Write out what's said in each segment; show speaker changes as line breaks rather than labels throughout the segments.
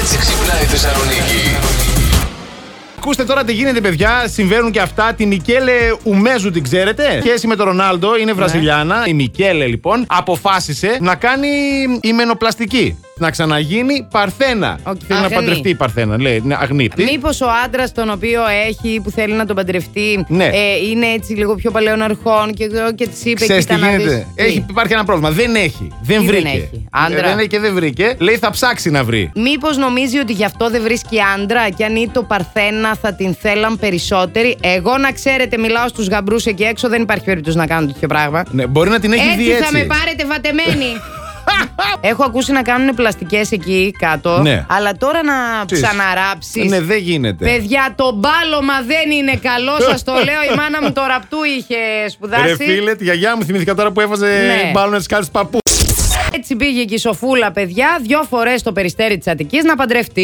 έτσι ξυπνάει η Θεσσαλονίκη.
Ακούστε τώρα τι γίνεται, παιδιά. Συμβαίνουν και αυτά. Την Μικέλε Ουμέζου την ξέρετε. Σχέση με τον Ρονάλντο,
Ναι.
είναι Βραζιλιάνα. Η Μικέλε, λοιπόν, αποφάσισε να κάνει ημενοπλαστική. Να ξαναγίνει Παρθένα.
Οκ.
Θέλει να
Αγνή.
παντρευτεί η Παρθένα, λέει. Ναι, αγνήτη.
Μήπως ο άντρας τον οποίο έχει που θέλει να τον παντρευτεί
Ναι.
ε, είναι έτσι λίγο πιο παλαιών αρχών και, και τη είπε
Ξέρεις
κοίτα
τι
να δεις».
γίνεται.
Τι.
Έχει, υπάρχει ένα πρόβλημα. Δεν έχει. Δεν
Τι δεν
βρήκε.
έχει, άντρα?
Ε, Δεν έχει και δεν βρήκε. Λέει θα ψάξει να βρει.
Μήπως νομίζει ότι γι' αυτό δεν βρίσκει άντρα και αν ή το Παρθένα θα την θέλαν περισσότεροι. Εγώ να ξέρετε, μιλάω στους γαμπρούς εκεί έξω, δεν υπάρχει περίπτωση να κάνω τέτοιο πράγμα.
Ναι, μπορεί να την έχει
έτσι
δει έτσι.
θα με πάρετε βατεμένη. Έχω ακούσει να κάνουν πλαστικές εκεί κάτω.
Ναι.
Αλλά τώρα να
Ξέρεις.
ξαναράψεις.
Ναι, δεν γίνεται.
Παιδιά, το μπάλωμα δεν είναι καλό, σας το λέω. Η μάνα μου το ραπτού είχε
Ρε
σπουδάσει.
φίλε, τη γιαγιά μου θυμήθηκα τώρα που έβαζε
Ναι.
μπάλωνα στις κάρτες του παππού.
Έτσι πήγε και η Σοφούλα, παιδιά, δύο φορές στο περιστέρι της Αττικής να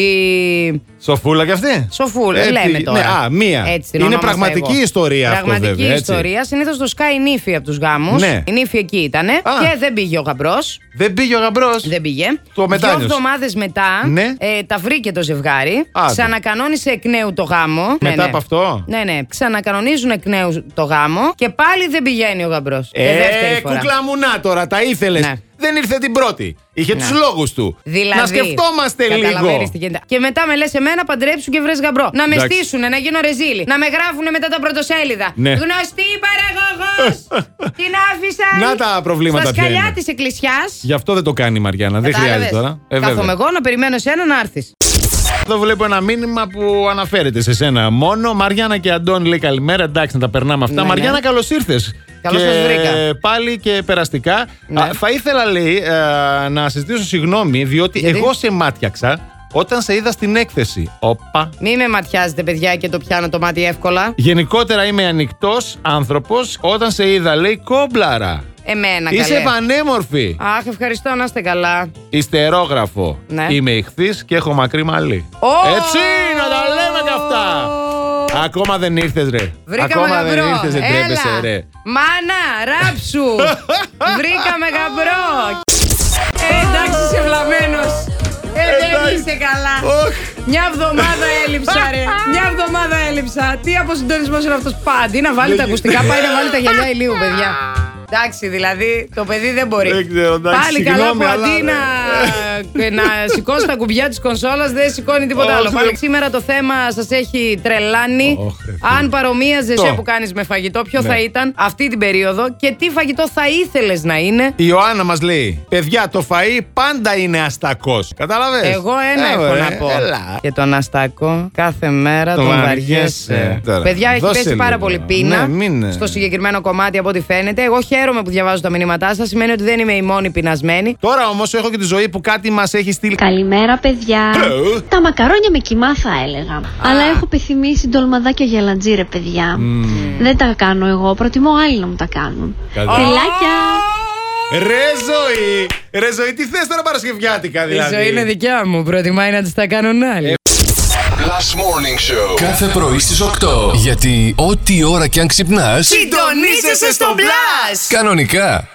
παντρευτεί.
Σοφούλα κι αυτή.
Σοφούλα,
Ε,
λέμε
τι-
τώρα.
Ναι, α, μία.
Έτσι, την
είναι
ονόμασα
πραγματική
εγώ.
ιστορία
πραγματική
αυτό, βέβαια. έτσι.
ιστορία. Συνήθως το σκάει η νύφη από τους γάμους.
Ναι.
Η νύφη εκεί ήταν. Και δεν πήγε ο γαμπρός.
Δεν πήγε ο γαμπρός.
Δεν πήγε.
Το μετάνιος.
Δύο εβδομάδες μετά
Ναι.
ε, τα βρήκε το ζευγάρι.
Άντε.
Ξανακανόνισε εκ νέου το γάμο.
Μετά από αυτό?
Ναι, ναι. Ξανακανονίζουν εκ νέου το γάμο και πάλι δεν πηγαίνει ο γαμπρός.
Ε,
δεύτερη φορά.
κουκλά μου, να τώρα, τα ήθελες.
Ναι.
Δεν ήρθε την πρώτη. Είχε
Ναι.
τους του λόγους του.
Δηλαδή,
να σκεφτόμαστε λίγο.
καταλαβαίνεις τι γίνεται. Και μετά με λες εμένα παντρέψου και βρες γαμπρό. Να με
Εντάξει.
στήσουνε, να γίνω ρεζίλη. Να με γράφουνε μετά τα πρωτοσέλιδα.
Ναι.
Γνωστή παραγωγός! την άφησαν.
Να τα προβλήματα
Στα
ποια
σκαλιά
είναι.
της εκκλησιάς.
Γι' αυτό δεν το κάνει η Μαριάννα. Δεν χρειάζεται τώρα. Ε, βέβαια.
Κάθομαι εγώ να περιμένω εσένα να έρθεις.
Εδώ βλέπω ένα μήνυμα που αναφέρεται σε σένα μόνο. Μαριάννα και Αντώνη λέει καλημέρα. Εντάξει, να τα περνάμε αυτά.
Ναι, ναι.
Μαριάννα, καλώς ήρθες.
Καλώς σας βρήκα.
Πάλι και περαστικά.
Ναι.
Α, θα ήθελα, λέει, ε, να συζητήσω συγγνώμη, διότι
Γιατί?
εγώ σε μάτιαξα όταν σε είδα στην έκθεση. Όπα.
Μη με ματιάζετε, παιδιά, και το πιάνω το μάτι εύκολα.
Γενικότερα είμαι ανοιχτός άνθρωπος. Όταν σε είδα, λέει κόμπλαρα.
Εμένα,
Είσαι
καλέ.
πανέμορφη.
Αχ, ευχαριστώ, να είστε καλά.
Ιστερόγραφο.
Ναι.
Είμαι ηχθής και έχω μακρύ μαλλί.
Ω!
Έτσι, να τα λέμε και αυτά. Ακόμα δεν ήρθες, ρε.
Βρήκαμε
Ακόμα
γαμπρό.
δεν ήρθες, δεν τρέπεσαι,
Έλα.
ρε.
Μάνα, ράψου. Βρήκαμε γαμπρό. Ε, εντάξει, είσαι βλαμμένος. Ε, δεν
Εντάξει.
είσαι καλά.
Οχ.
Μια εβδομάδα έλειψα, ρε. Μια εβδομάδα έλειψα. Τι αποσυντονισμός είναι αυτός πάντη. Να βάλει τα ακουστικά, πάει να βάλει τα γυαλιά ηλίου, παιδιά. Εντάξει, δηλαδή το παιδί δεν μπορεί.
Δεν ξέρω, εντάξει,
Πάλι καλά
συγγνώμη,
που
αλλά,
αντί
ρε.
να, να σηκώσει τα κουμπιά της κονσόλας δεν σηκώνει τίποτα
Όχι,
άλλο. Πάλι
ρε.
σήμερα το θέμα σας έχει τρελάνει.
Ωχ, ρε φίλε.
Αν παρομοίαζες
Το.
εσύ που κάνεις με φαγητό, ποιο
Ναι.
θα ήταν αυτή την περίοδο και τι φαγητό θα ήθελες να είναι.
Η Ιωάννα μας λέει: Παιδιά, το φαΐ πάντα είναι αστακός. Κατάλαβε.
Εγώ ένα έχω να πω. Και τον Αστακό κάθε μέρα
Το
τον
βαριέσαι. Ε,
βαριέσαι.
Τώρα,
Παιδιά, έχει
δώσε
πέσει πάρα
λίγο.
πολύ πείνα
Ναι, μην-
στο συγκεκριμένο κομμάτι από ό,τι φαίνεται. Εγώ χαίρομαι που διαβάζω τα μηνύματά σας. Σημαίνει ότι δεν είμαι η μόνη πεινασμένη.
Τώρα όμως έχω και τη ζωή που κάτι μας έχει στείλει.
Καλημέρα, παιδιά.
Hello.
Τα μακαρόνια με κοιμά θα έλεγα. Αλλά έχω επιθυμήσει ντολμαδάκια γελαντζή, ρε παιδιά. Δεν τα κάνω εγώ. Προτιμώ άλλοι να μου τα κάνουν.
Καλά.
Φιλάκια!
Ρε ζωή! Ρε ζωή, τι θες τώρα Παρασκευιάτικα δηλαδή.
δικιά μου. Προτιμάει να τη τα κάνουν άλλοι.
Last Morning Show.
Κάθε πρωί στις 8. Γιατί ό,τι ώρα κι αν ξυπνάς,
Συντονίζεσαι στο μπλα!
κανονικά.